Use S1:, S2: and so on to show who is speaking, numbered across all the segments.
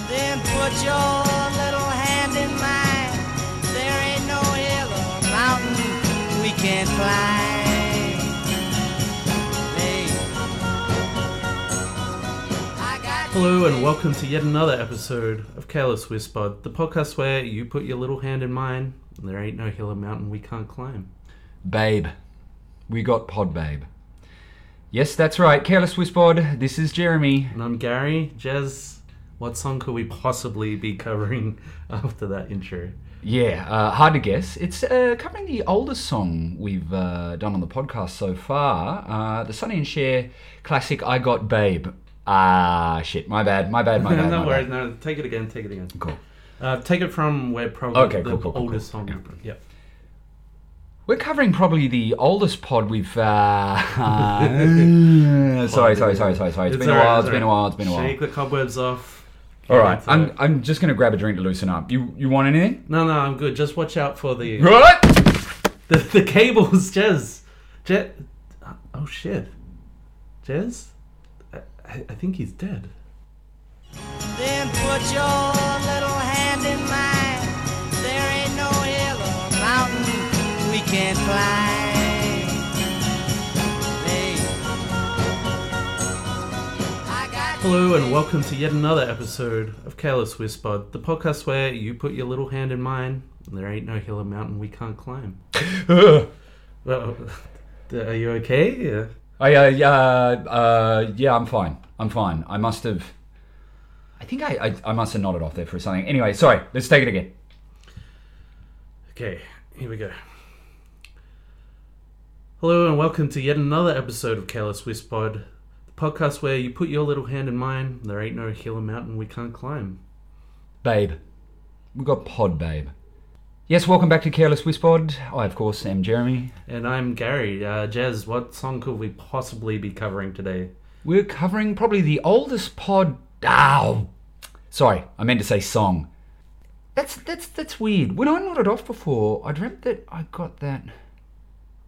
S1: Put your little hand in mine. There ain't no hill or mountain we can't climb. Babe. I got
S2: Hello
S1: you,
S2: and
S1: babe.
S2: welcome to yet another episode of Careless Whisper, the podcast where you put your little hand in mine, and there ain't no hill or mountain we can't climb.
S3: Babe. We got Pod Babe. Yes, that's right. Careless Wispod. This is Jeremy.
S2: And I'm Gary. Jez, what song could we possibly be covering after that intro?
S3: Yeah, uh, hard to guess. It's uh, covering the oldest song we've uh, done on the podcast so far. Uh, the Sonny and Cher classic I Got Babe. Ah, shit. My bad. My bad. My bad.
S2: no
S3: my
S2: worries,
S3: bad.
S2: no, take it again, take it again.
S3: Cool.
S2: Uh, take it from where probably
S3: Okay,
S2: the
S3: cool, cool, cool,
S2: oldest
S3: cool.
S2: song. Yep.
S3: We're covering probably the oldest pod we've. Uh, sorry, sorry, sorry, sorry, sorry. it's been a
S2: alright,
S3: while. It's been a
S2: alright.
S3: while. It's been a while.
S2: Shake the cobwebs off.
S3: All right,
S2: Get into
S3: I'm.
S2: it.
S3: I'm just gonna grab a drink to loosen up. You. You want anything?
S2: No, no, I'm good. Just watch out for the
S3: Right.
S2: the, the cables, Jez. Jez. Oh shit, Jez. I, I I think he's dead.
S1: Then put your little hand in mine. There ain't no hill or mountain we can't climb. Babe. I got
S2: Hello and welcome to yet another episode of Careless Whisper, the podcast where you put your little hand in mine, and there ain't no hill or mountain we can't climb.
S3: Ugh.
S2: Well, are you okay? Yeah.
S3: I, uh, yeah, uh, yeah, I'm fine. I'm fine. I must have. I think I, I, I must have nodded off there for something. Anyway, sorry. Let's take it again.
S2: Okay, here we go. Hello and welcome to yet another episode of Careless Whisper, the podcast where you put your little hand in mine, and there ain't no hill or mountain we can't climb.
S3: Babe. We got Pod Babe. Yes, welcome back to Careless Wispod. I, of course, am Jeremy.
S2: And I'm Gary. Uh, Jez, what song could we possibly be covering today?
S3: We're covering probably the oldest pod. Ow! Sorry, I meant to say song. That's that's that's weird. When I nodded off before, I dreamt that I got that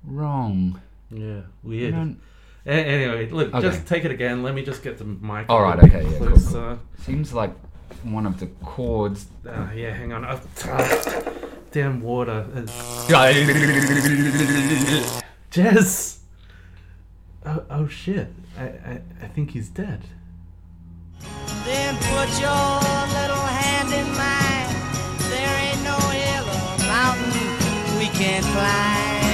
S3: wrong.
S2: Yeah,
S3: I
S2: weird.
S3: don't-
S2: A- anyway, look,
S3: Okay.
S2: just take it again. Let me just get the mic.
S3: All
S2: a
S3: right,
S2: little bit
S3: okay, yeah, cool,
S2: closer.
S3: Seems like one of the chords
S2: Uh, yeah, hang on. Oh, ah, damn water. Uh,
S3: Babe.
S2: Jez! Oh, oh shit. I, I, I think he's dead.
S1: Then put your little hand in mine. There ain't no hill or mountain we can't climb.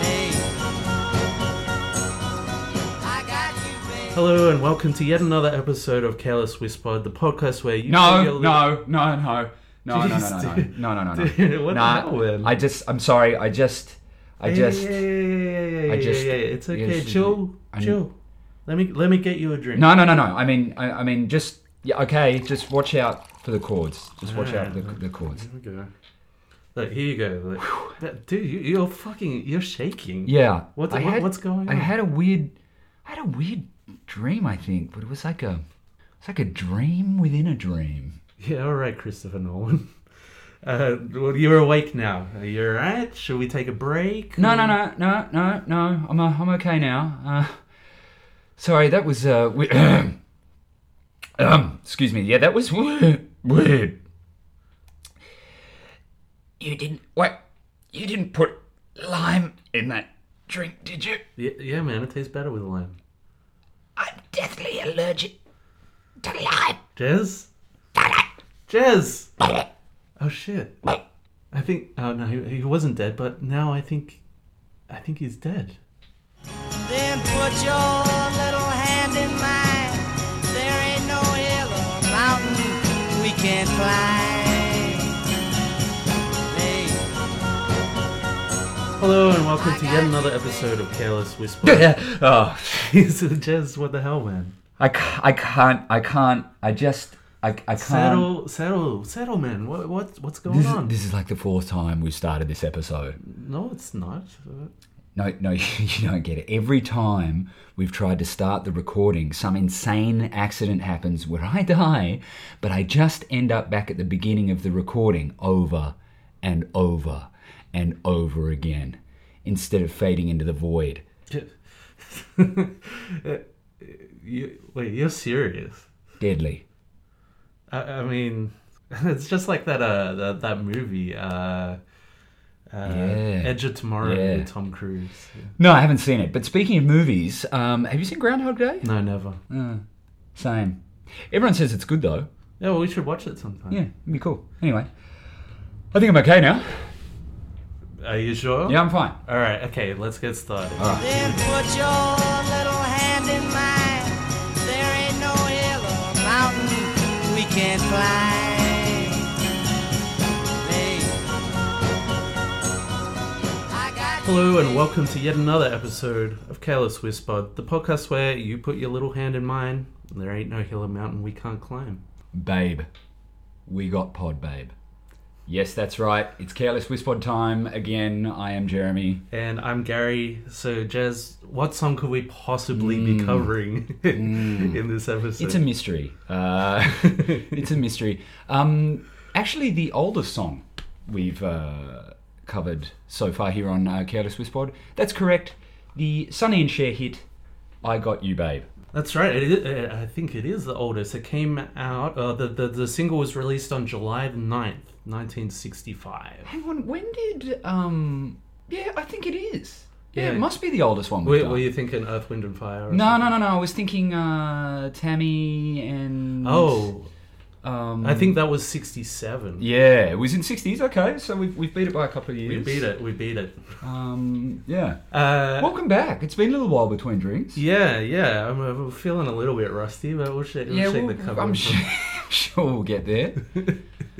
S1: Babe. I got you, babe.
S2: Hello and welcome to yet another episode of Careless Whisper, the podcast where you.
S3: No,
S2: your
S3: no,
S2: li-
S3: no, no, no, no, no, no,
S2: Jeez,
S3: no,
S2: dude.
S3: no, no, no,
S2: Dude,
S3: no.
S2: what the
S3: Nah,
S2: hell, man?
S3: I just, I'm sorry. I just, I
S2: Yeah,
S3: just.
S2: yeah, yeah, yeah, yeah,
S3: I
S2: yeah,
S3: just-
S2: yeah, yeah. It's okay.
S3: yes,
S2: chill,
S3: I-
S2: chill. Let me let me get you a drink.
S3: No, no, no, no. I mean, I, I mean, just. Yeah, okay. Just watch out for the chords. Just watch out
S2: Ah.
S3: for the, the chords.
S2: Here we go. Look, here you go. Look. That- Dude, you, you're fucking, you're shaking.
S3: Yeah.
S2: What-
S3: I
S2: what- what's going
S3: I
S2: on?
S3: had a weird, I had a weird dream. I think, but it was like a, it's like a dream within a dream.
S2: Yeah, all right, Christopher Nolan. Uh, well, you're awake now. Are you all right? Should we take a break?
S3: No, no, no, no, no, no. I'm, uh, I'm okay now. Uh, sorry, that was uh, we- um, excuse me. Yeah, that was weird. weird. You didn't what? You didn't put lime in that drink, did you?
S2: Yeah, yeah, man, it tastes better with lime.
S3: I'm deathly allergic to lime.
S2: Jez? Jez! Oh, shit. I think, oh, no, he, he wasn't dead, but now I think, I think he's dead.
S1: Then put your little hand in mine. There ain't no hill or mountain we can't climb. Babe.
S2: Hello, and welcome to yet another episode of Careless Whisper.
S3: oh,
S2: Jez, what the hell, man?
S3: I, ca- I can't. I can't. I just. I, I can't.
S2: Settle, settle, settle, man. What, what, what's going
S3: Um, This is,
S2: on?
S3: this is like the fourth time we've started this episode.
S2: No, it's not. Uh,
S3: No, no, you don't get it. Every time we've tried to start the recording, some insane accident happens where I die, but I just end up back at the beginning of the recording over and over and over again instead of fading into the void.
S2: you, wait, you're serious?
S3: Deadly.
S2: I, I mean, it's just like that uh that, that movie uh, uh Edge of Tomorrow
S3: Yeah.
S2: with Tom Cruise.
S3: No, I haven't seen it. But speaking of movies, um, have you seen Groundhog Day? Uh,
S2: No, never.
S3: Same. Everyone says it's good though.
S2: Yeah, well, we should watch it sometime.
S3: Yeah, it'd be cool. Anyway, I think I'm okay now.
S2: Are you sure?
S3: Yeah, I'm fine.
S2: All right. Okay. Let's get started.
S1: Then put your little hand in mine. There ain't no hill or mountain we can climb. Hey. I got
S2: Hello and welcome to yet another episode of Careless Whisper, the podcast where you put your little hand in mine. And there ain't no hill or mountain we can't climb.
S3: Babe. We got Pod Babe. Yes, that's right. It's Careless Wispod time again. I am Jeremy.
S2: And I'm Gary. So, Jez, what song could we possibly be covering in this episode?
S3: It's a mystery. Uh, it's a mystery. Um, actually, the oldest song we've uh, covered so far here on uh, Careless Wispod. That's correct. The Sonny and Cher hit, I Got You Babe.
S2: That's right. It is, uh, I think it is the oldest. It came out. Uh, the, the the single was released on July the 9th, nineteen sixty five.
S3: Hang on, when did. Um, yeah, I think it is. Yeah,
S2: Yeah.
S3: it must be the oldest one we've
S2: Were,
S3: done.
S2: were you thinking Earth, Wind, and Fire? or
S3: No,
S2: something?
S3: no, no, no. I was thinking uh, Tammy and.
S2: Oh,
S3: Um,
S2: I think that was sixty seven.
S3: Yeah, it was in 60s. Okay, so we've, we've beat it by a couple of years.
S2: We beat it. We beat it.
S3: Um, yeah.
S2: Uh,
S3: Welcome back. It's been a little while between drinks.
S2: yeah, yeah. I'm, I'm feeling a little bit rusty, but we'll shake, we'll shake the cover.
S3: I'm
S2: off.
S3: sure, sure we'll get there.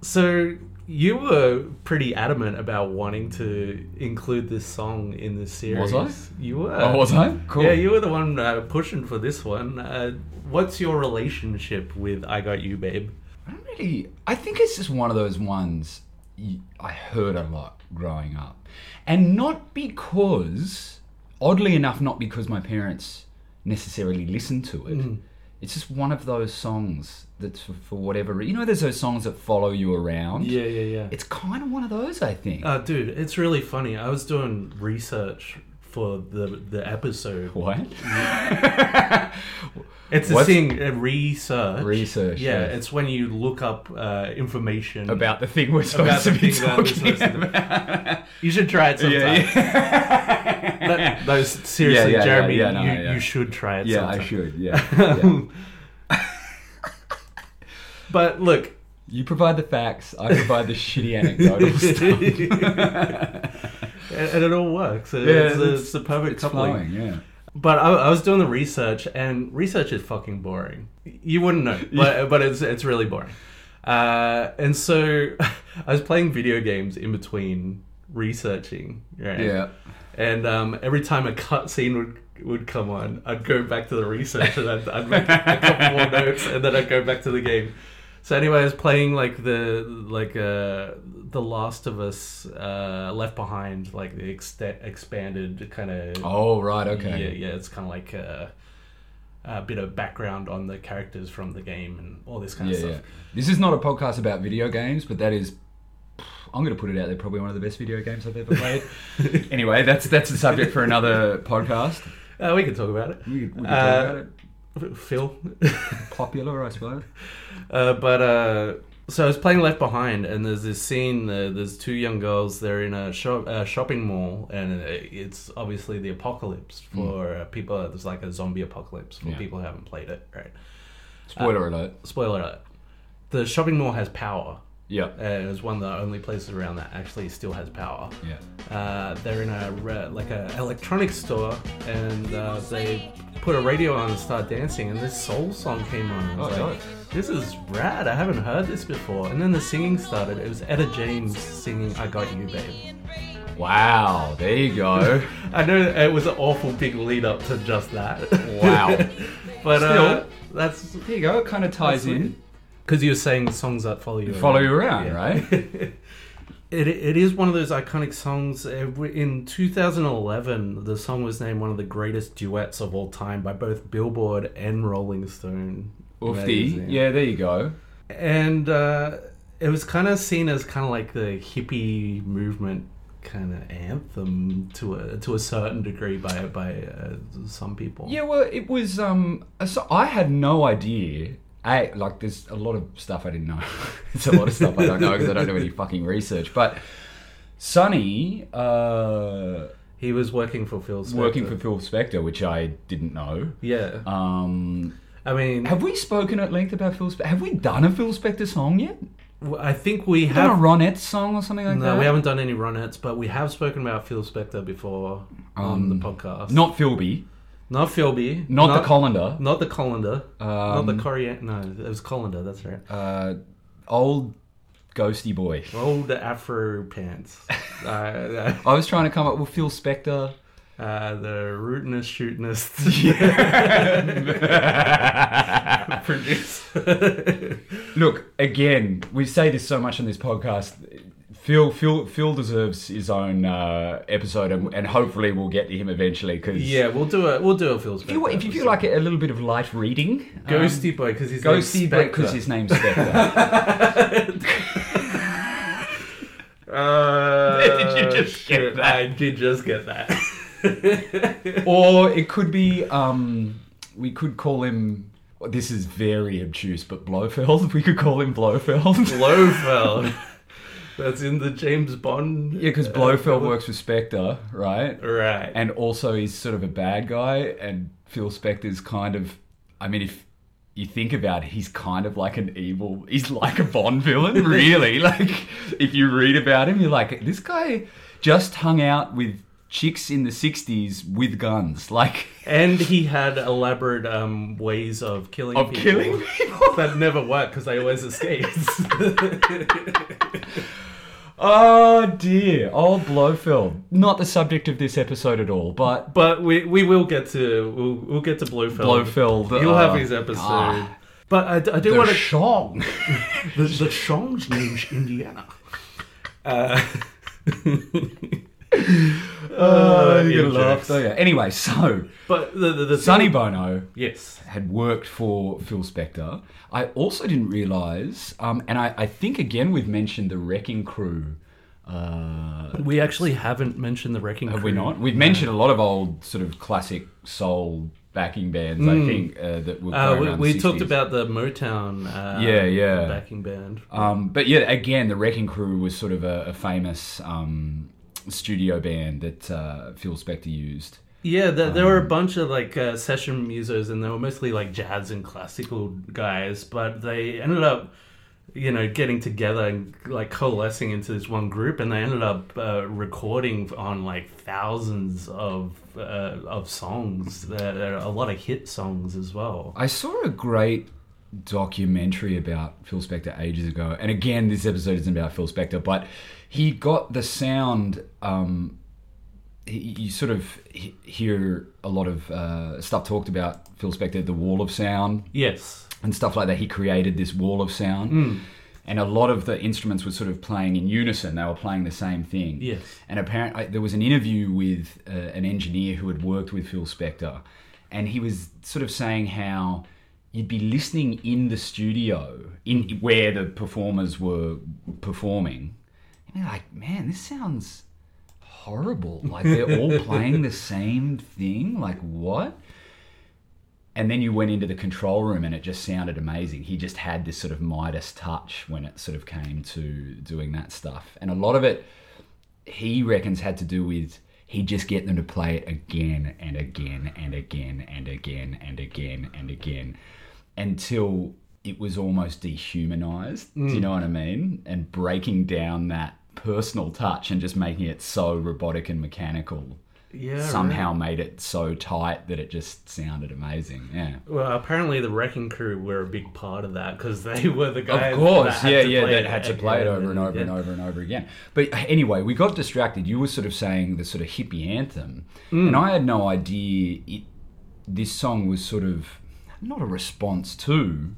S2: So you were pretty adamant about wanting to include this song in the series.
S3: Was I?
S2: You were.
S3: oh, was I? Cool.
S2: Yeah, you were the one uh, pushing for this one. Uh, what's your relationship with "I Got You, Babe"?
S3: I don't really. I think it's just one of those ones y- I heard a lot growing up, and not because, oddly enough, not because my parents necessarily listened to it.
S2: Mm.
S3: It's just one of those songs that's for, for whatever. re- You know, there's those songs that follow you around.
S2: yeah,
S3: It's kind of one of those, I think.
S2: Uh, dude, it's really funny. I was doing research for the the episode.
S3: what?
S2: It's a
S3: What's-
S2: thing, uh, research.
S3: Research,
S2: Yeah,
S3: yes.
S2: it's when you look up uh, information
S3: about the thing we're supposed
S2: about
S3: to
S2: the
S3: be
S2: thing that we're
S3: talking
S2: supposed to
S3: about.
S2: do. You should try it sometime. That- those seriously,
S3: yeah, yeah,
S2: Jeremy,
S3: yeah, no,
S2: you,
S3: yeah.
S2: you should try it.
S3: Yeah,
S2: sometime.
S3: I should. Yeah. yeah.
S2: But look,
S3: You provide the facts. I provide the shitty anecdotal stuff.
S2: and, and it all works. It-
S3: Yeah,
S2: it's, the-
S3: it's-
S2: it's the perfect coupling.
S3: Flowing, yeah.
S2: But I, I was doing the research, and research is fucking boring. You wouldn't know, but but it's it's really boring. Uh, and so I was playing video games in between researching. Right?
S3: Yeah.
S2: And um, every time a cutscene would would come on, I'd go back to the research and I'd, I'd make a couple more notes, and then I'd go back to the game. So anyway, I was playing like the like uh, the Last of Us uh, Left Behind, like the ext- expanded kind of
S3: Oh right, okay.
S2: yeah, yeah, it's kind of like a, a bit of background on the characters from the game and all this kind
S3: Yeah,
S2: of
S3: yeah.
S2: stuff.
S3: This is not a podcast about video games, but that is. I'm going to put it out there. Probably one of the best video games I've ever played. anyway, that's that's a subject for another podcast.
S2: Uh, we can talk about it.
S3: We, could- we could
S2: Uh,
S3: talk about it.
S2: F- Phil.
S3: Popular, I suppose.
S2: uh, but uh, so I was playing Left Behind, and there's this scene. Uh, there's two young girls. They're in a shop, uh, shopping mall, and uh, it's obviously the apocalypse for uh, people. It's like a zombie apocalypse for
S3: Mm. Yeah.
S2: people who haven't played it. Right.
S3: Spoiler alert.
S2: Spoiler alert. The shopping mall has power.
S3: Yeah,
S2: Uh, it was one of the only places around that actually still has power.
S3: yeah.
S2: Uh, they're in a re- like a electronics store, and uh, they put a radio on and start dancing, and this soul song came on. and I was
S3: Oh,
S2: like,
S3: nice.
S2: This is rad. I haven't heard this before. And then the singing started. It was Etta James singing "I Got You, Babe."
S3: Wow. There you go.
S2: I know it was an awful big lead up to just that.
S3: Wow.
S2: but uh,
S3: Still.
S2: that's
S3: there you go. It kind of ties
S2: That's
S3: in.
S2: because you were saying songs that follow you.
S3: Follow
S2: around.
S3: you around,
S2: Yeah.
S3: right?
S2: It, it is one of those iconic songs. Uh, In 2011, the song was named one of the greatest duets of all time by both Billboard and Rolling Stone.
S3: Oofty.
S2: magazine.
S3: Yeah, there you go.
S2: And uh, it was kind of seen as kind of like the hippie movement kind of anthem to a to a certain degree by by uh, some people.
S3: Yeah, well, it was. Um, a so- I had no idea. I like there's a lot of stuff I didn't know. it's a lot of stuff I don't know because I don't do any fucking research. But Sonny uh,
S2: He was working for Phil. Spector.
S3: working for Phil Spector, which I didn't know.
S2: Yeah,
S3: Um,
S2: I mean,
S3: have we spoken at length about Phil? Spe- have we done a Phil Spector song yet?
S2: w- I think we
S3: Done a
S2: have.
S3: Ronette song or something like that?
S2: No, we haven't done any ronettes, but we have spoken about Phil Spector before on the podcast.
S3: Um, Not Philby,
S2: not Philby.
S3: not, the Colander.
S2: Not the colander. not the
S3: Um,
S2: coriander. No, it was colander. That's right.
S3: Uh, old ghosty boy.
S2: Oh, the afro pants. uh,
S3: I was trying to come up with Phil Spector.
S2: uh, the rootinest, shootinest producer.
S3: Look, again, we say this so much on this podcast. Phil, Phil, Phil deserves his own uh, episode, and, and hopefully we'll get to him eventually. Because
S2: yeah, we'll do a we'll do a Phil Spector.
S3: if you, if you feel
S2: episode.
S3: like a, a little bit of light reading,
S2: Ghosty boy, because he's
S3: um, ghosty, because his name's Spector.
S2: Uh,
S3: Did you just get
S2: shit,
S3: that?
S2: I did just get that.
S3: or it could be, um, we could call him. well, This is very obtuse, but Blofeld. We could call him Blofeld.
S2: Blofeld. That's in the James Bond.
S3: Yeah, because
S2: Uh,
S3: Blofeld works with Spectre, right?
S2: Right.
S3: And also, he's sort of a bad guy, and Phil Spectre's kind of. I mean, if you think about it, he's kind of like an evil. He's like a Bond villain, really. like, if you read about him, you're like, this guy just hung out with chicks in the 60s with guns. Like,
S2: And he had elaborate um, ways of killing
S3: of
S2: people
S3: killing people.
S2: that never worked because they always escaped.
S3: oh, dear. Old Blofeld. Not the subject of this episode at all, but.
S2: but we we will get to we'll, we'll get to Blofeld.
S3: Blofeld.
S2: You'll
S3: uh,
S2: have his episode.
S3: ah,
S2: but I d- I, do
S3: the
S2: want to
S3: song.
S2: The, the song's name's Indiana. Uh,
S3: Oh,
S2: Uh,
S3: you
S2: in
S3: laugh,
S2: jokes.
S3: don't you? Anyway, so
S2: but the, the, the
S3: Sonny Bono
S2: yes,
S3: had worked for Phil Spector. I also didn't realize, um, and I, I think again we've mentioned the Wrecking Crew. Uh,
S2: we actually haven't mentioned the Wrecking.
S3: have
S2: Crew.
S3: we not? We've mentioned a lot of old sort of classic soul backing bands. I think uh, that were
S2: Hmm. Uh,
S3: going
S2: we
S3: around
S2: we
S3: the
S2: talked
S3: 60s.
S2: about the Motown. Uh,
S3: Yeah, yeah.
S2: Backing band.
S3: Um, but yeah, again, the Wrecking Crew was sort of a, a famous um, studio band that uh, Phil Spector used.
S2: Yeah, there, there were
S3: Um,
S2: a bunch of like uh, session musos, and they were mostly like jazz and classical guys. But they ended up, you know, getting together and like coalescing into this one group, and they ended up uh, recording on like thousands of uh, of songs, there, there are a lot of hit songs as well.
S3: I saw a great documentary about Phil Spector ages ago, and again, this episode isn't about Phil Spector, but he got the sound. Um, he, you sort of he- hear a lot of uh, stuff talked about Phil Spector, the wall of sound
S2: Yes.
S3: and stuff like that. He created this wall of sound. And a lot of the instruments were sort of playing in unison. They were playing the same thing.
S2: Yes.
S3: And apparently, there was an interview with uh, an engineer who had worked with Phil Spector, and he was sort of saying how you'd be listening in the studio, in where the performers were performing, and you're like, man, this sounds horrible. Like they're all playing the same thing. Like what? And then you went into the control room and it just sounded amazing. He just had this sort of Midas touch when it sort of came to doing that stuff. And a lot of it, he reckons, had to do with he'd just get them to play it again and again and again and again and again and again until it was almost dehumanized. Do you know what I mean? And breaking down that personal touch and just making it so robotic and mechanical
S2: Yeah.
S3: somehow made it so tight that it just sounded amazing. Yeah.
S2: Well, apparently the Wrecking Crew were a big part of that because they were the guys.
S3: Of course,
S2: that had
S3: yeah,
S2: to
S3: yeah,
S2: play
S3: that had to play it
S2: again
S3: over and over and
S2: yeah.
S3: over and over again. But anyway, we got distracted. You were sort of saying the sort of hippie anthem,
S2: Mm.
S3: and I had no idea it, this song was sort of not a response to,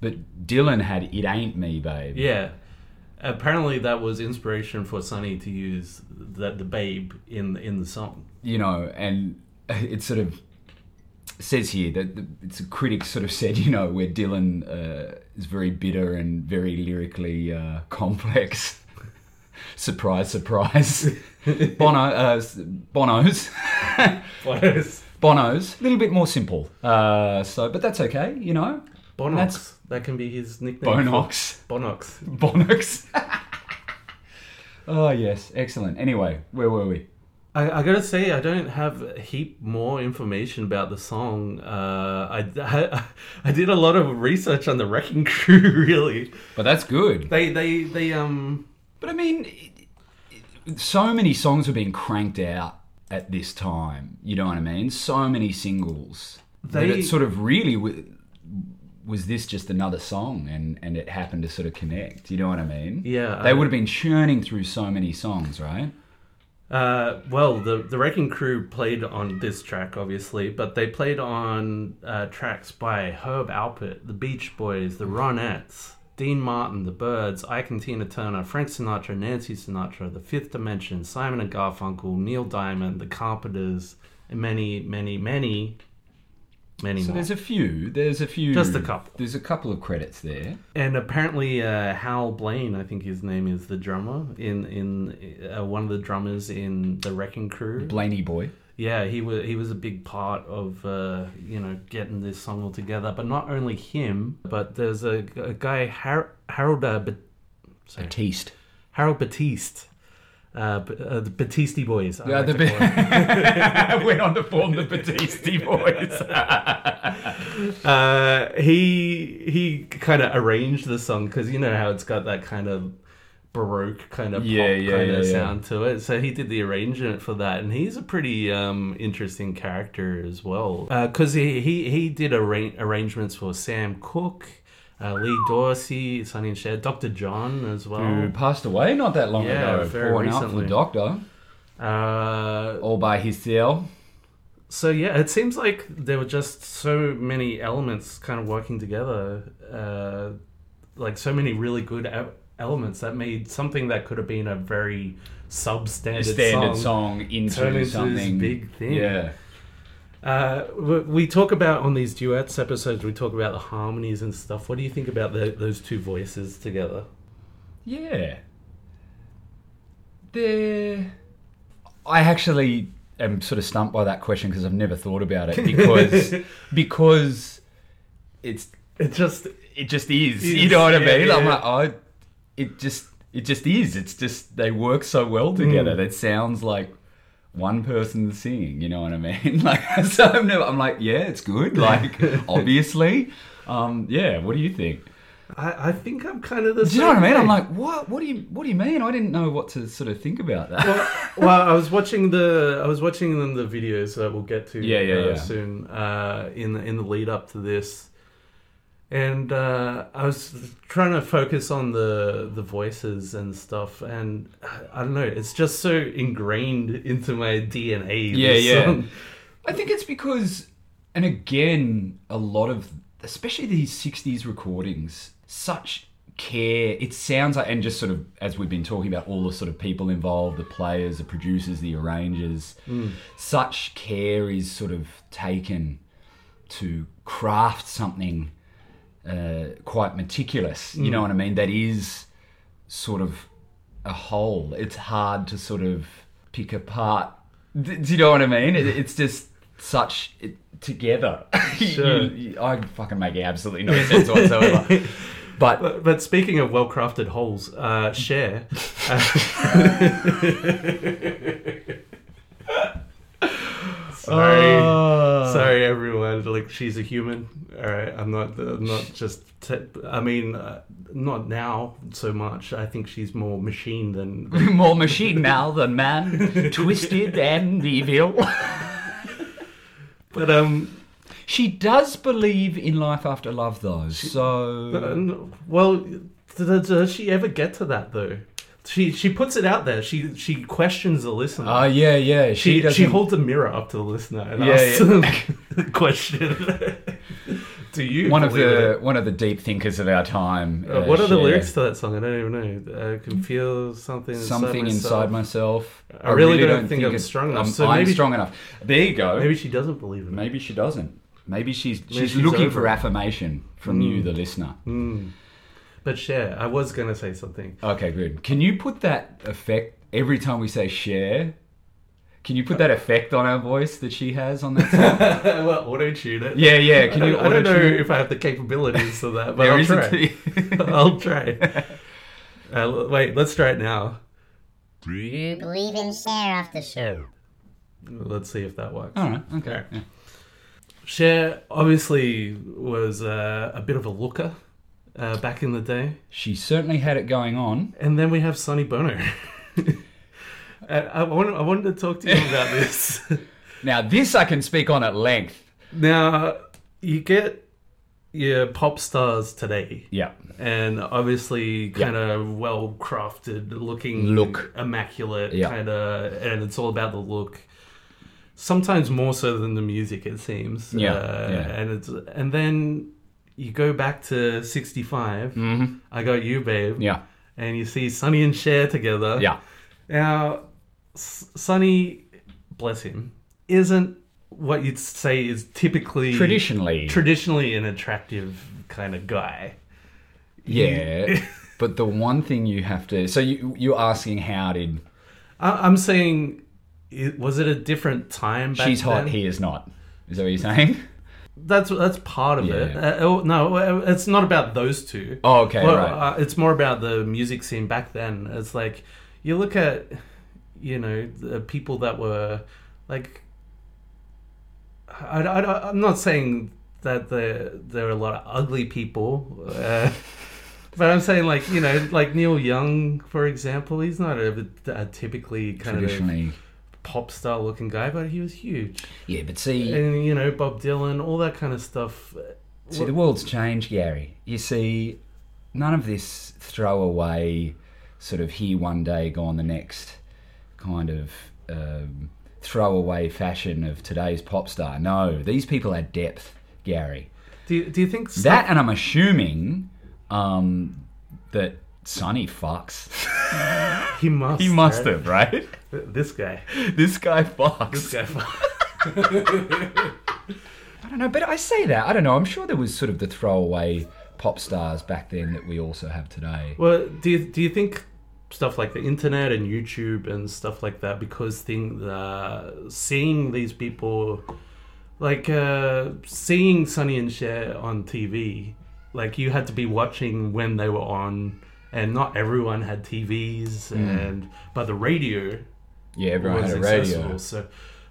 S3: but Dylan had "It Ain't Me, Babe."
S2: Yeah. Apparently, that was inspiration for Sonny to use that the babe in in the song.
S3: you know, and it sort of says here that the, it's a critic sort of said, you know, where Dylan uh, is very bitter and very lyrically uh, complex. surprise, surprise. Bono, uh, s- Bono's,
S2: What is?
S3: Bono's, a little bit more simple. Uh, so, but that's okay, you know.
S2: Bonox.
S3: That's-
S2: That can be his nickname.
S3: Bonox.
S2: Bonox.
S3: Bonox. oh, yes. Excellent. Anyway, where were we?
S2: I, I gotta say, I don't have a heap more information about the song. Uh, I, I I did a lot of research on the Wrecking Crew. Really,
S3: But that's good.
S2: they they they um
S3: But I mean, it- it- so many songs were being cranked out at this time. You know what I mean? So many singles. They, that
S2: They-
S3: it sort of really w- was this just another song, and and it happened to sort of connect. You know what I mean?
S2: Yeah,
S3: They
S2: I-
S3: would have been churning through so many songs, right?
S2: Uh, well, the the Wrecking Crew played on this track, obviously, but they played on uh, tracks by Herb Alpert, the Beach Boys, the Ronettes, Dean Martin, the Birds, Ike and Tina Turner, Frank Sinatra, Nancy Sinatra, the Fifth Dimension, Simon and Garfunkel, Neil Diamond, the Carpenters, and many, many, many, many
S3: So
S2: more.
S3: there's a few. There's a few.
S2: Just a couple.
S3: There's a couple of credits there.
S2: And apparently, uh, Hal Blaine, I think his name is the drummer in in uh, one of the drummers in the Wrecking Crew.
S3: Blaney Boy.
S2: yeah, he was he was a big part of uh, you know getting this song all together. But not only him, but there's a, a guy Har- Harold uh, Bat- sorry,
S3: Batiste.
S2: Harold Batiste, uh, B- uh, the Batiste Boys. I
S3: Yeah,
S2: like
S3: the
S2: to
S3: Ba-
S2: call them.
S3: Went on to form the Batiste Boys.
S2: uh, he he kind of arranged the song because you know how it's got that kind of baroque kind of
S3: Yeah,
S2: pop
S3: yeah,
S2: kind
S3: yeah,
S2: of
S3: yeah.
S2: sound to it. So he did the arrangement for that, and he's a pretty um, interesting character as well because he, he he did arra- arrangements for Sam Cooke. Uh, Lee Dorsey, Sonny and Cher, Dr. John as
S3: Who
S2: well.
S3: passed away not that long
S2: Oh. Yeah,
S3: ago.
S2: very
S3: Poor and out for the
S2: recently.
S3: doctor.
S2: Uh,
S3: all by himself.
S2: so yeah, it seems like there were just so many elements kind of working together, uh, like so many really good e- elements that made something that could have been a very substandard
S3: Standard
S2: song.
S3: song, into
S2: Turn into this
S3: something
S2: big thing.
S3: Yeah,
S2: Uh, we- we talk about on these duets episodes, we talk about the harmonies and stuff. What do you think about the, those two voices together?
S3: yeah. There, I actually am sort of stumped by that question because I've never thought about it because because it's
S2: It just
S3: it just is. you
S2: Is,
S3: know what I
S2: yeah,
S3: mean? I'm
S2: yeah.
S3: like, I, it just, it just is. It's just they work so well
S2: Mm.
S3: together. That sounds like one person singing. You know what I mean? Like, so I'm, never, I'm like, yeah, it's good. Like, obviously, um, yeah. What do you think?
S2: I, I think I'm kind of the.
S3: Do you know what I
S2: same
S3: mean? I'm
S2: way.
S3: like, what? What do you, what do you mean? I didn't know what to sort of think about that.
S2: well, I was watching the I was watching them the videos that we'll get to
S3: Yeah, yeah,
S2: uh,
S3: yeah.
S2: soon uh, in the, in the lead up to this, and uh, I was trying to focus on the the voices and stuff, and uh, I don't know, it's just so ingrained into my DNA.
S3: Yeah,
S2: this
S3: yeah.
S2: song.
S3: I think it's because, and again, a lot of, especially these 60s recordings, such care. It sounds like, and just sort of, as we've been talking about, all the sort of people involved the players, the producers, the arrangers,
S2: Hmm.
S3: such care is sort of taken to craft something uh, quite meticulous.
S2: Mm.
S3: You know what I mean? That is sort of a whole. It's hard to sort of pick apart. D- Do you know what I mean? It, it's just such it, together. You-
S2: Sure.
S3: you- I fucking make absolutely no sense whatsoever. But
S2: But, but speaking of well crafted holes, uh, share. Sorry. Sorry, everyone. Like she's a human. All right, I'm not. I'm not just. Te- I mean, uh, not now so much. I think she's more machine than. than-
S3: more machine now than man, twisted and evil.
S2: But um,
S3: She does believe in life after love, though. So
S2: but, uh, no- well, th- th- does she ever get to that though? She she puts it out there. She she questions the listener.
S3: Oh yeah, yeah.
S2: she she,
S3: doesn't-
S2: holds a mirror up to the listener and
S3: Yeah,
S2: asks
S3: yeah.
S2: them the question. Do you
S3: one of
S2: believe
S3: the
S2: it?
S3: one of the deep thinkers of our time.
S2: Uh, what are the
S3: Cher.
S2: lyrics to that song? I don't even know. I can feel something. inside
S3: Something
S2: myself.
S3: inside myself.
S2: I really don't think I'm
S3: it's-
S2: strong enough.
S3: I'm,
S2: So
S3: I'm
S2: maybe-
S3: strong enough. There you go. Maybe,
S2: Maybe she doesn't believe in it.
S3: she doesn't. Maybe she's she's,
S2: she's
S3: looking
S2: over
S3: for
S2: it. Mm.
S3: affirmation from you, the listener.
S2: But share. I was gonna say something.
S3: Okay, good. Can you put that effect every time we say share? Can you put that effect on our voice that she has on that song?
S2: well, auto tune it.
S3: yeah, yeah.
S2: I
S3: Can you?
S2: don't, I don't know
S3: auto-tune?
S2: if I have the capabilities for that, but
S3: There
S2: I'll
S3: isn't-
S2: try. I'll try. Uh, l- wait, let's try it now.
S4: You believe in share after show.
S2: Let's see if that works.
S3: All right. Okay. yeah.
S2: Cher obviously was uh, a bit of a looker uh, back in the day.
S3: She certainly had it going on.
S2: And then we have Sonny Bono. Uh, I, wanted, I wanted to talk to you about this.
S3: Now this I can speak on at length.
S2: now, you get your pop stars today.
S3: Yeah.
S2: and obviously kind of well crafted looking
S3: Look.
S2: immaculate
S3: Yeah.
S2: kind of and it's all about the look sometimes more so than the music it seems
S3: Yeah,
S2: Uh,
S3: yeah.
S2: and it's and then you go back to 65 i got you babe
S3: Yeah.
S2: and you see Sonny and Cher together
S3: Yeah.
S2: now S- Sonny bless him isn't what you'd say is typically
S3: Traditionally.
S2: traditionally an attractive kind of guy
S3: yeah. But the one thing you have to so you you're asking how did
S2: I- I'm saying, it, was it a different time? Back
S3: she's hot
S2: then?
S3: he is not is that what you're saying
S2: That's that's part of it.
S3: Yeah.
S2: Uh, oh, no, uh, it's not about those two.
S3: Oh, okay,
S2: Well,
S3: right.
S2: uh, it's more about the music scene back then. It's like you look at, you know, the people that were like. I, am not saying that there there are a lot of ugly people. Uh, But I'm saying, like you know, like Neil Young, for example, he's not a, a typically kind of
S3: traditionally
S2: pop star looking guy, but he was huge.
S3: yeah but see
S2: And you know, Bob Dylan, all that kind of stuff.
S3: see the world's changed Gary you see none of this throwaway sort of here one day gone the next kind of um, throwaway fashion of today's pop star no these people had depth Gary
S2: Do, do you think stuff,
S3: That, and I'm assuming um, that Sonny fucks.
S2: he must?
S3: he must
S2: right?
S3: have, right?
S2: This guy.
S3: this guy fucks.
S2: This guy.
S3: I don't know, but I say that. I don't know. I'm sure there was sort of the throwaway pop stars back then that we also have today.
S2: well, do you, do you think stuff like the internet and YouTube and stuff like that, because thing uh, seeing these people, like uh, seeing Sonny and Cher on TV, like you had to be watching when they were on. And not everyone had TVs,
S3: Hmm.
S2: and but the radio
S3: Yeah, everyone
S2: was
S3: had a
S2: accessible,
S3: radio.
S2: So,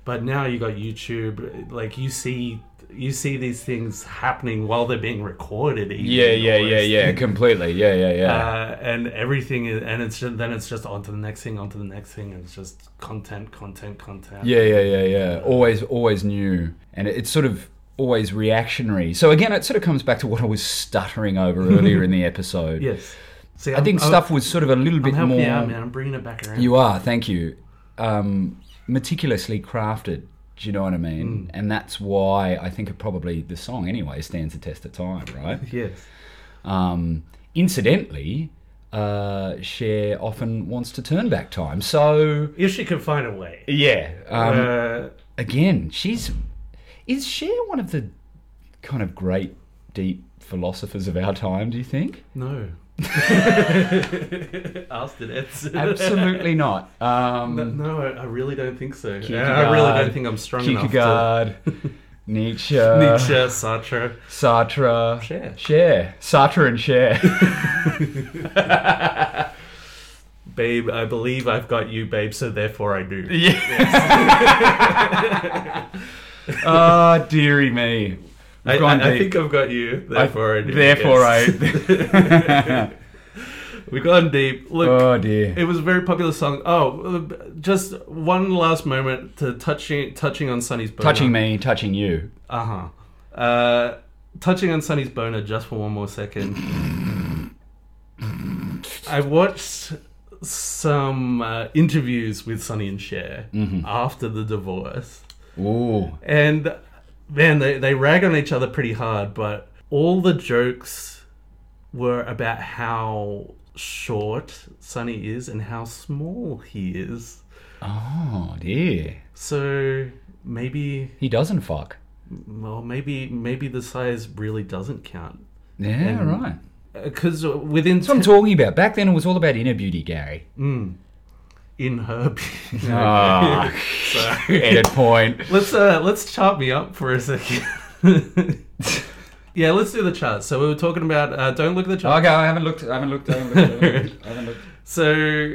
S2: but now you got YouTube. Like you see, you see these things happening while they're being recorded. even,
S3: Yeah, yeah, yeah,
S2: almost.
S3: yeah. Completely. Yeah, yeah, yeah.
S2: Uh, and everything, is, and it's just, then it's just on to the next thing, on to the next thing, and it's just content, content, content.
S3: yeah, yeah, yeah, yeah. Always, always new, and it- it's sort of always reactionary. So again, it sort of comes back to what I was stuttering over earlier in the episode.
S2: Yes. See,
S3: I think stuff was sort of a little
S2: I'm
S3: bit
S2: helping
S3: more.
S2: you out, man. I'm bringing it back around.
S3: You are, thank you. Um, meticulously crafted. Do you know what I
S2: Mm.
S3: mean? And that's why I think it probably the song anyway stands the test of time, right?
S2: yes.
S3: Um, incidentally, uh, Cher often wants to turn back time. So
S2: If she can find a way.
S3: yeah, um,
S2: uh,
S3: again, she's is Cher one of the kind of great deep philosophers of our time? Do you think?
S2: no. Asked it. It's-
S3: Absolutely not. Um,
S2: No, I I really don't think so.
S3: Kierkegaard,
S2: I really don't think I'm strong enough to
S3: Kierkegaard, Nietzsche,
S2: Nietzsche, Sartre.
S3: Sartre,
S2: Cher.
S3: Cher, Sartre and Cher.
S2: Babe, I believe I've got you, babe, so therefore I do.
S3: yes. oh dearie me.
S2: I,
S3: We've gone
S2: I, I
S3: deep.
S2: think I've got you, therefore I, do.
S3: Therefore I.
S2: We've gone deep. Look,
S3: oh dear.
S2: it was a very popular song. Oh, uh, just one last moment to touching touching on Sonny's boner.
S3: touching me, touching you.
S2: Uh-huh. Uh Touching on Sonny's boner just for one more second. I watched some uh, interviews with Sonny and Cher
S3: Mm-hmm.
S2: after the divorce.
S3: Ooh.
S2: And man, they, they rag on each other pretty hard, but all the jokes were about how short Sonny is and how small he is.
S3: Oh dear.
S2: So maybe,
S3: He doesn't fuck.
S2: well, maybe, maybe the size really doesn't count.
S3: Yeah, right.
S2: Because within
S3: That's what I'm talking about. Back then, it was all about inner beauty, Gary.
S2: in her. beard.
S3: Ah.
S2: so,
S3: Edit point.
S2: let's uh let's chart me up for a second. yeah, let's do the chart. So we were talking about uh, don't look at the chart.
S3: Okay, I haven't looked. I haven't looked. I haven't looked. I haven't looked. I haven't looked.
S2: So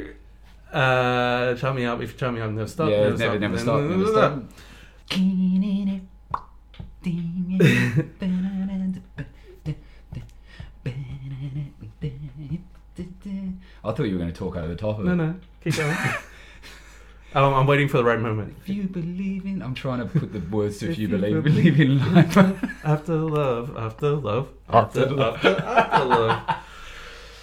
S2: uh chart me up. If you chart me up, never stop.
S3: Yeah,
S2: never,
S3: never,
S2: stop.
S3: never
S2: then-
S3: stop. Never stop. I thought you were going to talk over the top of
S2: No,
S3: it.
S2: no, keep going. um, I'm waiting for the right moment.
S3: If you believe in, I'm trying to put the words to if,
S2: If
S3: you,
S2: you
S3: believe,
S2: believe
S3: believe in life.
S2: After love, after love,
S3: After love.
S2: after, after love.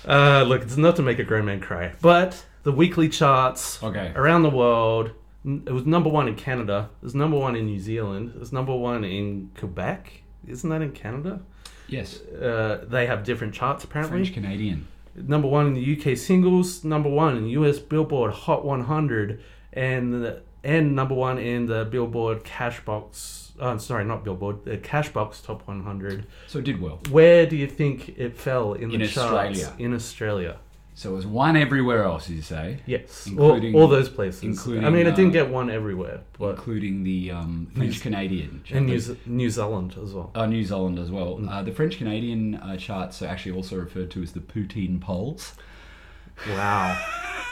S2: Uh, look, it's not to make a grown man cry, but the weekly charts
S3: Okay.
S2: around the world. n- It was number one in Canada. It was number one in New Zealand. It was number one in Quebec. Isn't that in Canada?
S3: yes,
S2: Uh, they have different charts apparently.
S3: French Canadian.
S2: number one in the UK singles, number one in the US Billboard Hot 100, and and number one in the Billboard Cashbox. Uh, sorry, not Billboard, the Cashbox Top 100.
S3: So it did well.
S2: Where do you think it fell in the
S3: In
S2: charts
S3: Australia.
S2: in Australia?
S3: So it was one everywhere else, you say,
S2: Yes,
S3: Including-
S2: all, all those places.
S3: including,
S2: I mean, it didn't
S3: uh,
S2: get one everywhere, but
S3: including the um, French Canadian.
S2: in New, Ze- Mm. New Zealand as well.
S3: Uh, New Zealand as well. Uh, the French Canadian uh, charts are actually also referred to as the poutine polls.
S2: Wow.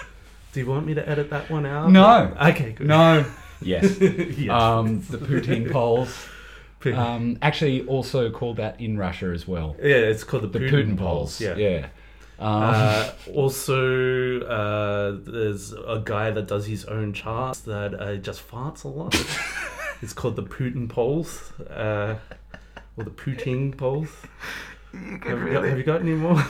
S2: do you want me to edit that one out?
S3: No.
S2: Okay. Good.
S3: No. Yes.
S2: Yes.
S3: Um, the poutine polls. Um, actually, also called that in Russia as well.
S2: yeah, it's called the,
S3: The
S2: Putin,
S3: Putin polls.
S2: Yeah.
S3: Yeah. Um,
S2: Uh, also, uh, there's a guy that does his own charts that uh, just farts a lot. it's called the Putin Polls, uh, or the Putin Polls. Have you, got, have you got any more?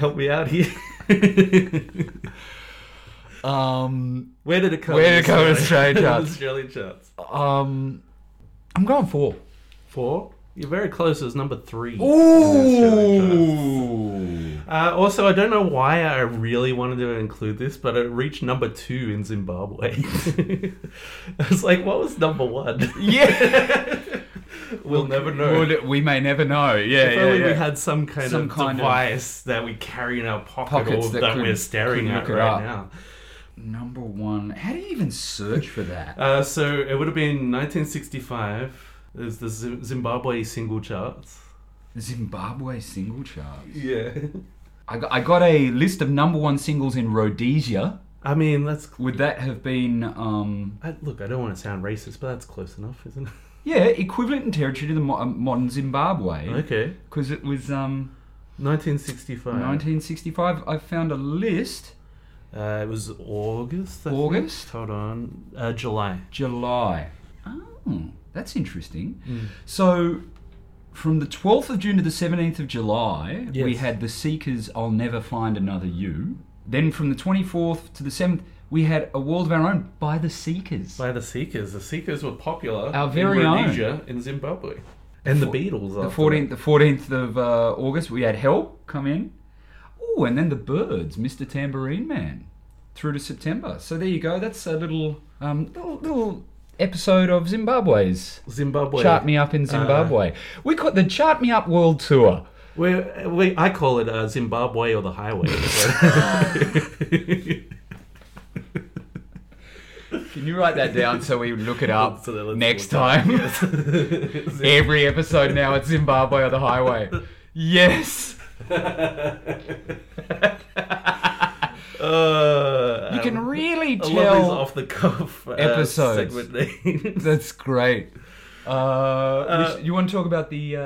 S2: Help me out here.
S3: um,
S2: Where did it come?
S3: Where did it come in Australian charts?
S2: Australian charts.
S3: um, I'm going four.
S2: Four. You're very close. It was number three.
S3: Ooh.
S2: Uh, also, I don't know why I really wanted to include this, but it reached number two in Zimbabwe. I was like, what was number one?
S3: Yeah.
S2: We'll never know.
S3: Would- we may never know. Yeah.
S2: if
S3: yeah,
S2: only
S3: yeah.
S2: we had some kind
S3: Some
S2: of
S3: kind of-
S2: device that we carry in our pocket
S3: Pockets
S2: or
S3: that
S2: that,
S3: could-
S2: we're staring
S3: could
S2: at
S3: look it
S2: right
S3: up.
S2: now.
S3: Number one. How do you even search for that?
S2: Uh, so it would have been 1965. There's the Zim- Zimbabwe single charts.
S3: Zimbabwe single chart.
S2: Yeah.
S3: I got, I got a list of number one singles in Rhodesia.
S2: I mean, that's.
S3: Would that have been, um,
S2: I, look, I don't want to sound racist, but that's close enough, isn't it?
S3: yeah, equivalent in territory to the mo- um, modern Zimbabwe?
S2: Okay.
S3: Because it was um,
S2: 1965.
S3: 1965. I found a list.
S2: Uh, it was August. I think.
S3: August?
S2: Hold on. Uh, July.
S3: July. Oh, that's interesting. So, from the 12th of June to the 17th of July, we
S2: Yes.
S3: had The Seekers' I'll Never Find Another You. Then from the 24th to the 7th, we had A World of Our Own by The Seekers.
S2: By the Seekers. The Seekers were popular
S3: Our very
S2: in
S3: own.
S2: Rhodesia in Zimbabwe. And the Beatles.
S3: The
S2: after
S3: fourteenth, the fourteenth of uh, August, we had Help come in. Oh, and then the Birds, Mr. Tambourine Man, through to September. So there you go. That's a little, um, little, little episode of Zimbabwe's
S2: that. Zimbabwe.
S3: Chart Me Up in Zimbabwe. we caught the Chart Me Up World Tour.
S2: We, we, I call it uh, Zimbabwe or the highway.
S3: Can you write that down so we look it up
S2: So that let's
S3: next
S2: look
S3: time? Every episode now, it's Zimbabwe or the highway. Yes.
S2: uh,
S3: You can really
S2: I love these
S3: tell.
S2: off the cuff uh,
S3: episodes.
S2: segment names.
S3: That's great. Uh,
S2: Uh,
S3: we sh- you want to talk about the uh,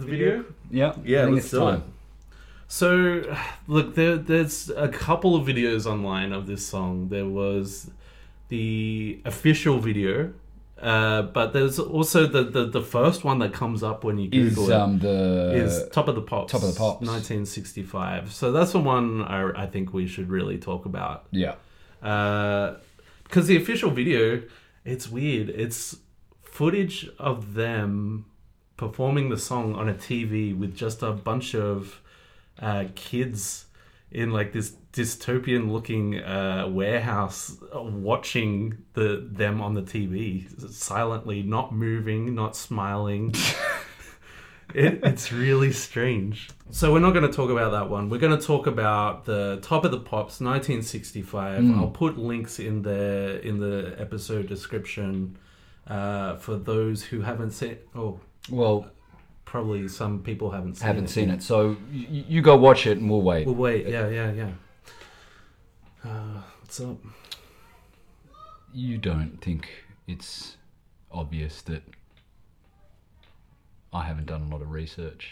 S2: the video?
S3: Yeah,
S2: Yeah,
S3: I think
S2: let's
S3: it's
S2: do
S3: time.
S2: it. So, look, there, there's a couple of videos online of this song. There was the official video, uh, but there's also the, the, the first one that comes up when you
S3: Is
S2: Google it.
S3: um the
S2: is Top of the Pops.
S3: Top of the Pops.
S2: 1965. So that's the one I, I think we should really talk about.
S3: yeah
S2: Because Uh, the official video, it's weird. It's footage of them performing the song on a TV with just a bunch of uh, kids in like this dystopian looking uh, warehouse uh, watching the them on the TV silently not moving not smiling it, it's really strange. So we're not going to talk about that one. We're going to talk about the Top of the Pops 1965.
S3: Hmm.
S2: I'll put links in the in the episode description uh, for those who haven't seen. Oh,
S3: Well,
S2: probably some people haven't seen.
S3: haven't
S2: it.
S3: seen it, so you, you go watch it and we'll wait.
S2: Well, wait. Yeah, yeah, yeah. Uh, what's up?
S3: You don't think it's obvious that I haven't done a lot of research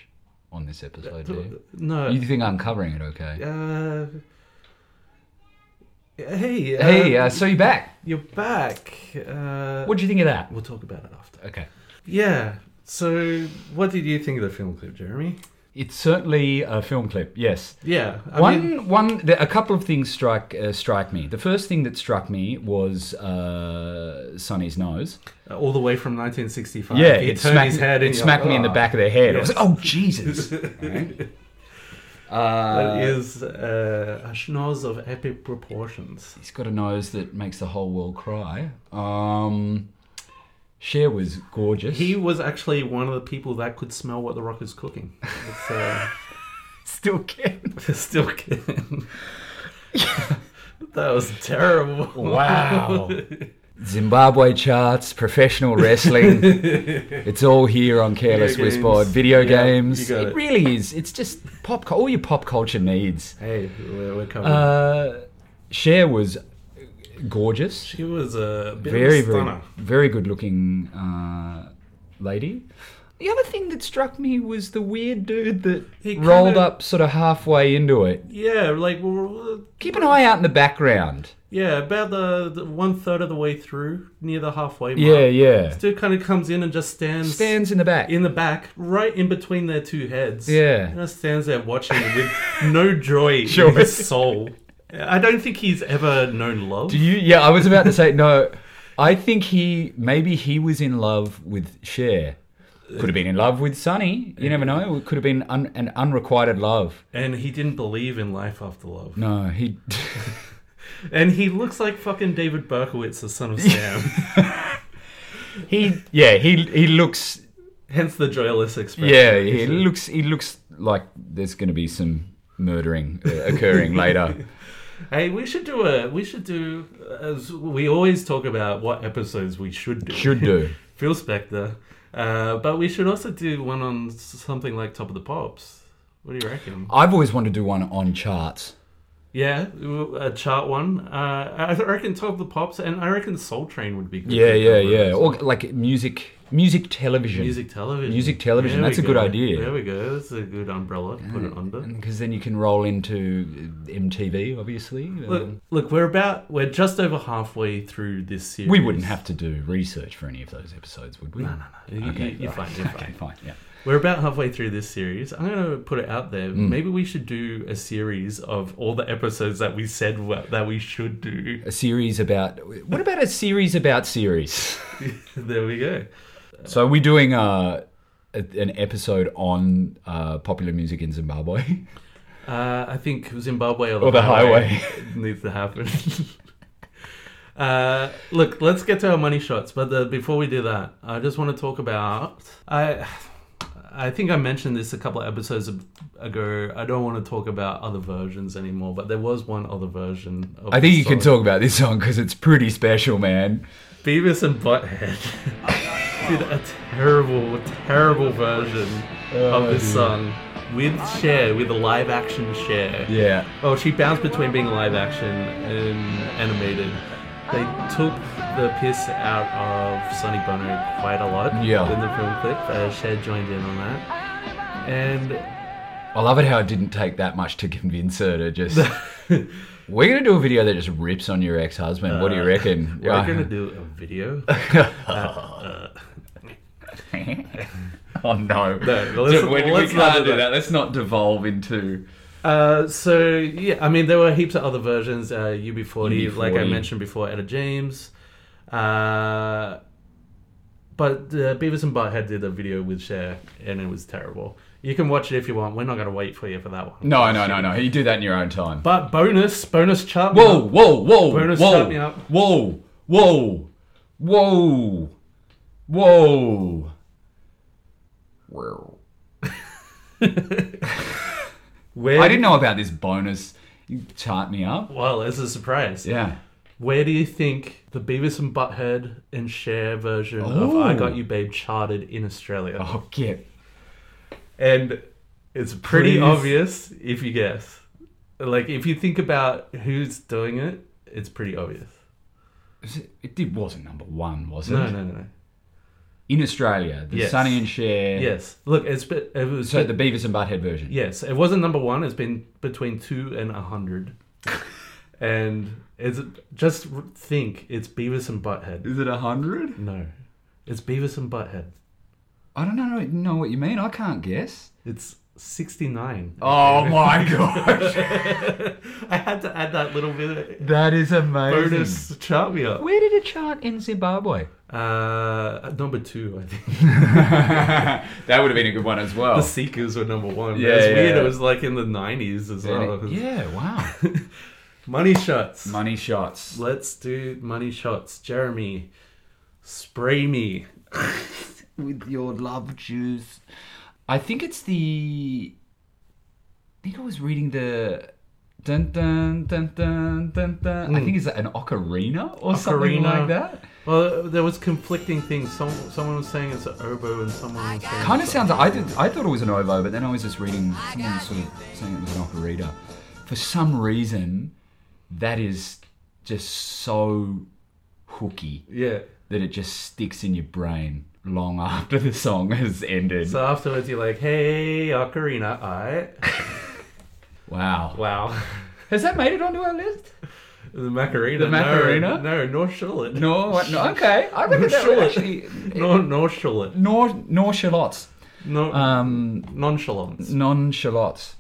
S3: on this episode, do
S2: No.
S3: you? You think I'm covering it okay?
S2: Uh, hey. uh,
S3: Hey, uh, so you're back.
S2: you're back. Uh,
S3: What do you think of that?
S2: We'll talk about it after.
S3: Okay.
S2: Yeah. So, what did you think of the film clip, Jeremy?
S3: It's certainly a film clip, yes.
S2: Yeah. I
S3: one,
S2: mean,
S3: one, the, a couple of things strike uh, strike me. The first thing that struck me was uh, Sonny's nose.
S2: all the way from 1965.
S3: yeah,
S2: He
S3: it
S2: turned
S3: smacked,
S2: his head
S3: it
S2: and you're
S3: smacked
S2: like,
S3: me in the
S2: "Ah."
S3: back of the head. I was
S2: Yes.
S3: like, oh Jesus! Right? uh,
S2: That is uh, a schnoz of epic proportions.
S3: He's got a nose that makes the whole world cry. Um, Cher was gorgeous.
S2: He was actually one of the people that could smell what the rock is cooking. It's, uh,
S3: still can.
S2: still kidding. that was terrible.
S3: Wow. Zimbabwe charts, professional wrestling. it's all here on Careless
S2: Video
S3: Whisper.
S2: games.
S3: Video
S2: Yeah,
S3: games.
S2: you got
S3: it,
S2: it.
S3: really is. It's just pop. All your pop culture needs.
S2: Hey, we're, we're covering.
S3: Uh, Cher was gorgeous.
S2: she was a bit
S3: Very,
S2: of a stunner.
S3: very, very good looking uh, lady. The other thing that struck me was the weird dude that
S2: He
S3: rolled
S2: kinda-
S3: up sort of halfway into it.
S2: Yeah, like well,
S3: Keep an eye out in the background.
S2: yeah, about the, the one third of the way through, near the halfway mark.
S3: Yeah, yeah.
S2: This dude kind of comes in and just stands,
S3: Stands in the back.
S2: in the back, right in between their two heads.
S3: Yeah.
S2: and just stands there watching with no joy
S3: Sure.
S2: in his soul. I don't think he's ever known love.
S3: Do you? Yeah, I was about to say no. I think he maybe he was in love with Cher. Could have been in love with Sonny. You never know. It could have been un, an unrequited love.
S2: and he didn't believe in life after love.
S3: No, he.
S2: And he looks like fucking David Berkowitz, the son of Sam.
S3: he. Yeah, he. He looks.
S2: Hence the joyless expression.
S3: Yeah, he looks. He looks like there's going to be some murdering uh, occurring later.
S2: Hey, we should do a. We should do as we always talk about what episodes we should do.
S3: Should do.
S2: Phil Spector, uh, but we should also do one on s- something like Top of the Pops. What do you reckon?
S3: I've always wanted to do one on charts.
S2: Yeah, a chart one. Uh, I reckon Top of the Pops, and I reckon Soul Train would be good.
S3: Yeah, yeah, yeah. Or like music, music television.
S2: music television.
S3: Music television,
S2: There
S3: that's
S2: we
S3: a good
S2: go.
S3: idea.
S2: There we go. That's a good umbrella to put it under.
S3: Because then you can roll into uh, MTV, obviously. Um,
S2: Look, look, we're about we're just over halfway through this series.
S3: We wouldn't have to do research for any of those episodes, would we? No,
S2: no. You- you- you're fine, you're
S3: okay,
S2: fine.
S3: fine. Yeah.
S2: We're about halfway through this series. I'm going to put it out there.
S3: Mm.
S2: Maybe we should do a series of all the episodes that we said wa- that we should do.
S3: A series about. What about a series about series?
S2: there we go.
S3: so we're doing uh, a, an episode on uh, popular music in Zimbabwe.
S2: Uh, I think Zimbabwe or the,
S3: Or the
S2: needs to happen. uh, look, let's get to our money shots. But the, before we do that, I just want to talk about. I I think I mentioned this a couple of episodes ab- ago. I don't want to talk about other versions anymore, but there was one other version. Of
S3: I think
S2: this
S3: you can
S2: song.
S3: talk about this song because it's pretty special, man.
S2: Beavis and Butthead did a terrible, terrible version
S3: Oh,
S2: of this song with Cher, with a live action Cher.
S3: Yeah.
S2: Oh, she bounced between being live action and animated. They took the piss out of Sonny Bono quite a lot
S3: Yeah.
S2: in the film clip. Uh, Cher joined in on that. And
S3: I love it how it didn't take that much to convince her to just. We're gonna do a video that just rips on your ex-husband. what do you reckon?
S2: we're
S3: Right.
S2: going to do a video.
S3: Oh no!
S2: No, let's-
S3: Dude, we- we
S2: let's
S3: can't
S2: not do
S3: do
S2: that.
S3: that. Let's not devolve into.
S2: Uh, so yeah, I mean there were heaps of other versions. Uh, UB40, like I
S3: UB40.
S2: mentioned before, Etta James. Uh, but uh, Beavis and Butthead did a video with Cher, and it was terrible. You can watch it if you want. We're not going to wait for you for that one.
S3: No, no, no, no. You do that in your own time.
S2: But bonus, bonus chart.
S3: whoa, whoa, whoa,
S2: Bonus,
S3: whoa,
S2: shut me up.
S3: whoa, whoa, whoa, whoa, whoa.
S2: Where?
S3: I didn't know about this bonus. You chart me up.
S2: Well, as a surprise.
S3: Yeah.
S2: Where do you think the Beavis and Butthead and Cher version of
S3: Ooh.
S2: "I Got You, Babe" charted in Australia?
S3: Oh, get.
S2: And it's pretty
S3: Please.
S2: obvious if you guess. Like if you think about who's doing it, it's pretty obvious.
S3: was It, it did- wasn't number one, was it?
S2: No, no, no, no.
S3: In Australia, the
S2: Yes.
S3: Sunny and Cher.
S2: Yes. Look, it's been- it was
S3: So the Beavis and Butthead version.
S2: Yes, it wasn't number one. It's been between two and a hundred, and it's just think it's Beavis and Butthead.
S3: Is it a hundred?
S2: No, it's Beavis and Butthead.
S3: I don't know, know what you mean. I can't guess.
S2: It's sixty nine.
S3: Oh my gosh.
S2: I had to add that little bit of
S3: that is amazing.
S2: bonus chart me up.
S3: Where did it chart in Zimbabwe?
S2: Uh, at number two, I think
S3: that would have been a good one as well.
S2: the Seekers were number one. Yeah,
S3: Yeah,
S2: it's
S3: yeah.
S2: weird. It was like in the nineties as well.
S3: yeah, wow.
S2: Money shots.
S3: Money shots.
S2: Let's do money shots. Jeremy, spray me.
S3: With your love juice. I think it's the. I think I was reading the. Dun, dun, dun, dun, dun, dun. I think it's an ocarina or something
S2: Mm. Ocarina.
S3: like that.
S2: Well, there was conflicting things. Some, someone was saying it's an oboe, and someone was saying
S3: Kind of sounds. I did. I thought it was an oboe, but then I was just reading someone was sort of saying it was an ocarina. For some reason, that is just so hooky
S2: yeah.
S3: that it just sticks in your brain long after the song has ended.
S2: So afterwards, you're like, "Hey, ocarina, I
S3: wow.
S2: wow."
S3: Has that made it onto our list?
S2: The Macarena. no,
S3: The Macarena?
S2: No, nor shall it.
S3: No. What, no okay. I reckon that would
S2: Sure.
S3: actually.
S2: Nor, nor shall it.
S3: Nor nor shallots.
S2: No,
S3: Um,
S2: nonchalance.
S3: non shallots.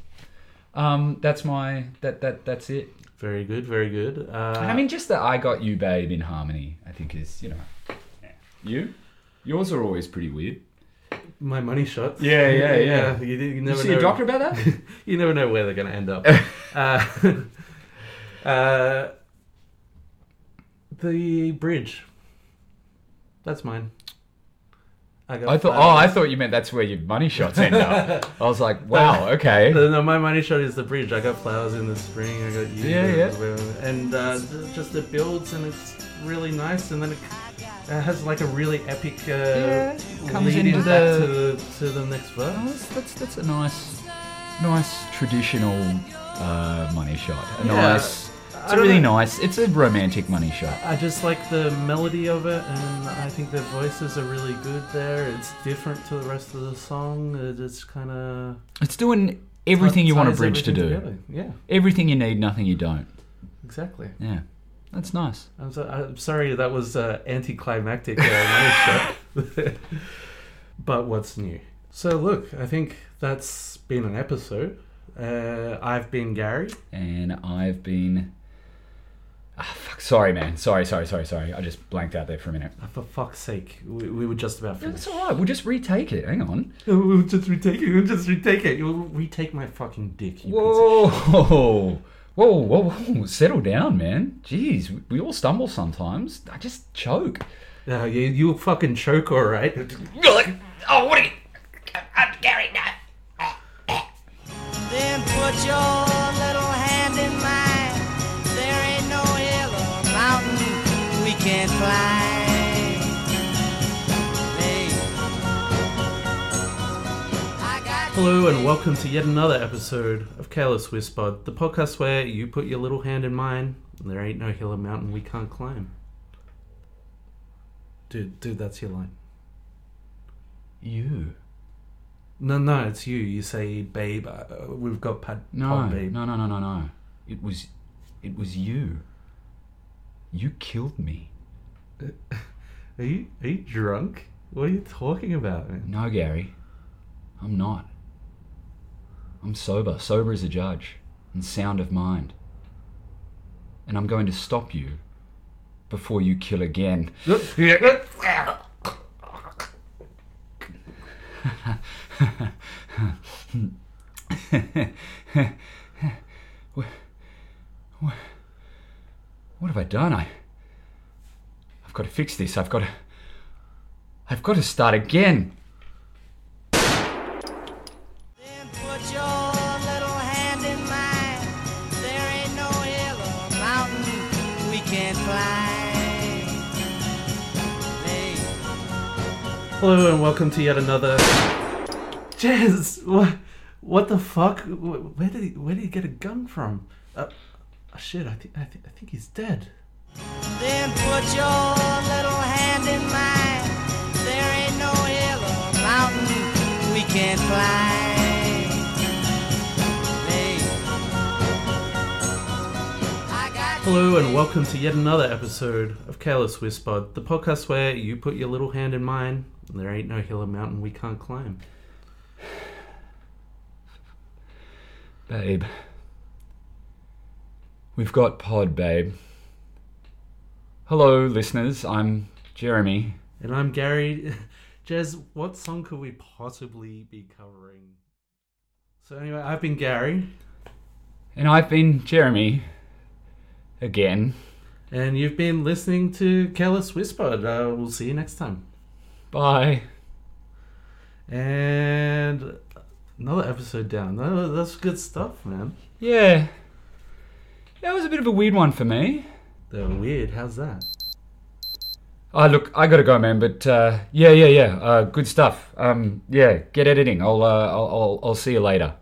S3: Um, that's my that that that's it.
S2: Very good, very good. Uh,
S3: I mean, just that I got you, babe, in harmony. I think is you know. You, yours are always pretty weird.
S2: my money shots.
S3: Yeah, yeah, yeah.
S2: You, did- you
S3: You
S2: never
S3: see
S2: know.
S3: a doctor about that?
S2: you never know where they're going to end up. uh, uh, the bridge. That's mine. got
S3: I thought.
S2: five.
S3: Oh, I thought you meant that's where your money shots end up. I was like, wow, okay.
S2: No, no, my money shot is the bridge. I got flowers in the spring. I got you.
S3: Yeah, yeah.
S2: And uh, j- just it builds and it's really nice, and then it, it has like a really epic uh,
S3: Yeah, comes
S2: lead
S3: into
S2: in back to the to the next
S3: Oh,
S2: verse.
S3: that's, that's that's a nice, nice traditional uh, money shot. A
S2: Yeah.
S3: nice. It's
S2: I
S3: a
S2: don't
S3: really
S2: know.
S3: nice. It's a romantic money shot.
S2: I just like the melody of it, and I think their voices are really good there. It's different to the rest of the song. It just kind of
S3: It's doing everything you want a bridge to do.
S2: Yeah,
S3: Everything you need, nothing you don't.
S2: exactly.
S3: Yeah, that's nice.
S2: I'm, so, I'm sorry that was uh, anticlimactic. Uh, money shot. but what's new? So look, I think that's been an episode. Uh, I've been Gary.
S3: and I've been. Ah, fuck. Sorry, man. Sorry, sorry, sorry, sorry. I just blanked out there for a minute.
S2: Uh, For fuck's sake, we, we were just about
S3: That's
S2: finished.
S3: all right. We'll just retake it. Hang on.
S2: We'll just retake it. We'll just retake it. You'll retake my fucking dick. You piece of
S3: Whoa. Whoa, whoa, whoa. Settle down, man. Jeez, we- we all stumble sometimes. I just choke.
S2: No, Uh, you you fucking choke, all right.
S3: Oh, what are you.
S1: Then put your little hand in mine. There ain't no hill or mountain we can't climb. Babe. I got
S2: Hello and welcome to yet another episode of Careless Whispered, the podcast where you put your little hand in mine. And there ain't no hill or mountain we can't climb. Dude, dude, that's your line.
S3: You.
S2: No, no, it's you. You say, babe. Uh, we've got pad,
S3: No,
S2: pod, babe.
S3: no, no, no, no, no. It was. It was you. You killed me.
S2: Are you are you drunk? What are you talking about, man?
S3: No, Gary. I'm not. I'm sober, sober as a judge, and sound of mind. And I'm going to stop you before you kill again. Wha- wha- what have I done? I, I've got to fix this. I've got to. I've got to start again.
S1: Then your little hand in mine. There ain't no hill or mountain we can't climb. Babe.
S2: Hello and welcome to yet another. Jez, what, what the fuck? Wh- Where did he, where did he get a gun from? Uh, oh shit, I think I, th- I think he's dead.
S1: Then put your little hand in mine. There ain't no hill or mountain we can't climb. Babe. I got
S2: Hello and welcome to yet another episode of Careless Whisper, the podcast where you put your little hand in mine. And there ain't no hill or mountain we can't climb.
S3: Babe. We've got pod, babe. Hello, listeners. I'm Jeremy.
S2: And I'm Gary. Jez, what song could we possibly be covering? So anyway, I've been Gary,
S3: And I've been Jeremy. Again.
S2: and you've been listening to Careless Whisper. Uh, we'll see you next time.
S3: Bye.
S2: And another episode down. Tha- That's good stuff, man.
S3: Yeah. That was a bit of a weird one for me.
S2: They're weird. How's that?
S3: Oh, look, I gotta go, man. But uh, yeah, yeah, yeah. Uh, good stuff. Um, yeah, get editing. I'll, uh, I'll, I'll, I'll see you later.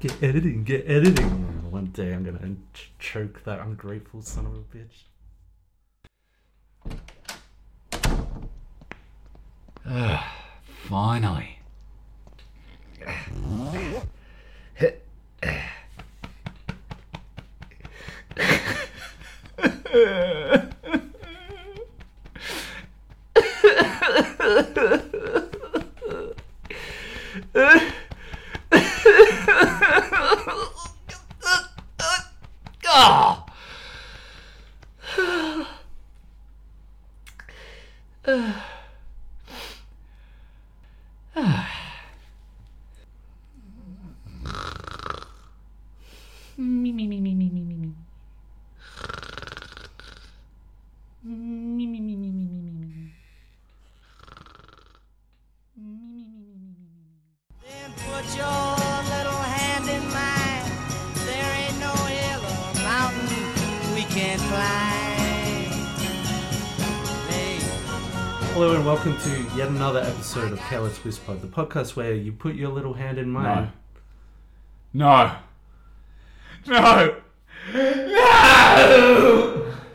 S2: Get editing, get editing. Oh, One day I'm gonna ch- choke that ungrateful son of a bitch.
S3: Finally. Ah!
S5: Me, me, me, me, me, me, me, me. Me, me, me, me, me, me, me, me.
S1: Then put your little hand in mine. There ain't no hill or mountain we can't climb. Babe.
S2: Hello and welcome to yet another episode of Careless Whisper, the podcast where you put your little hand in
S3: Um,
S2: mine.
S3: No. No. No.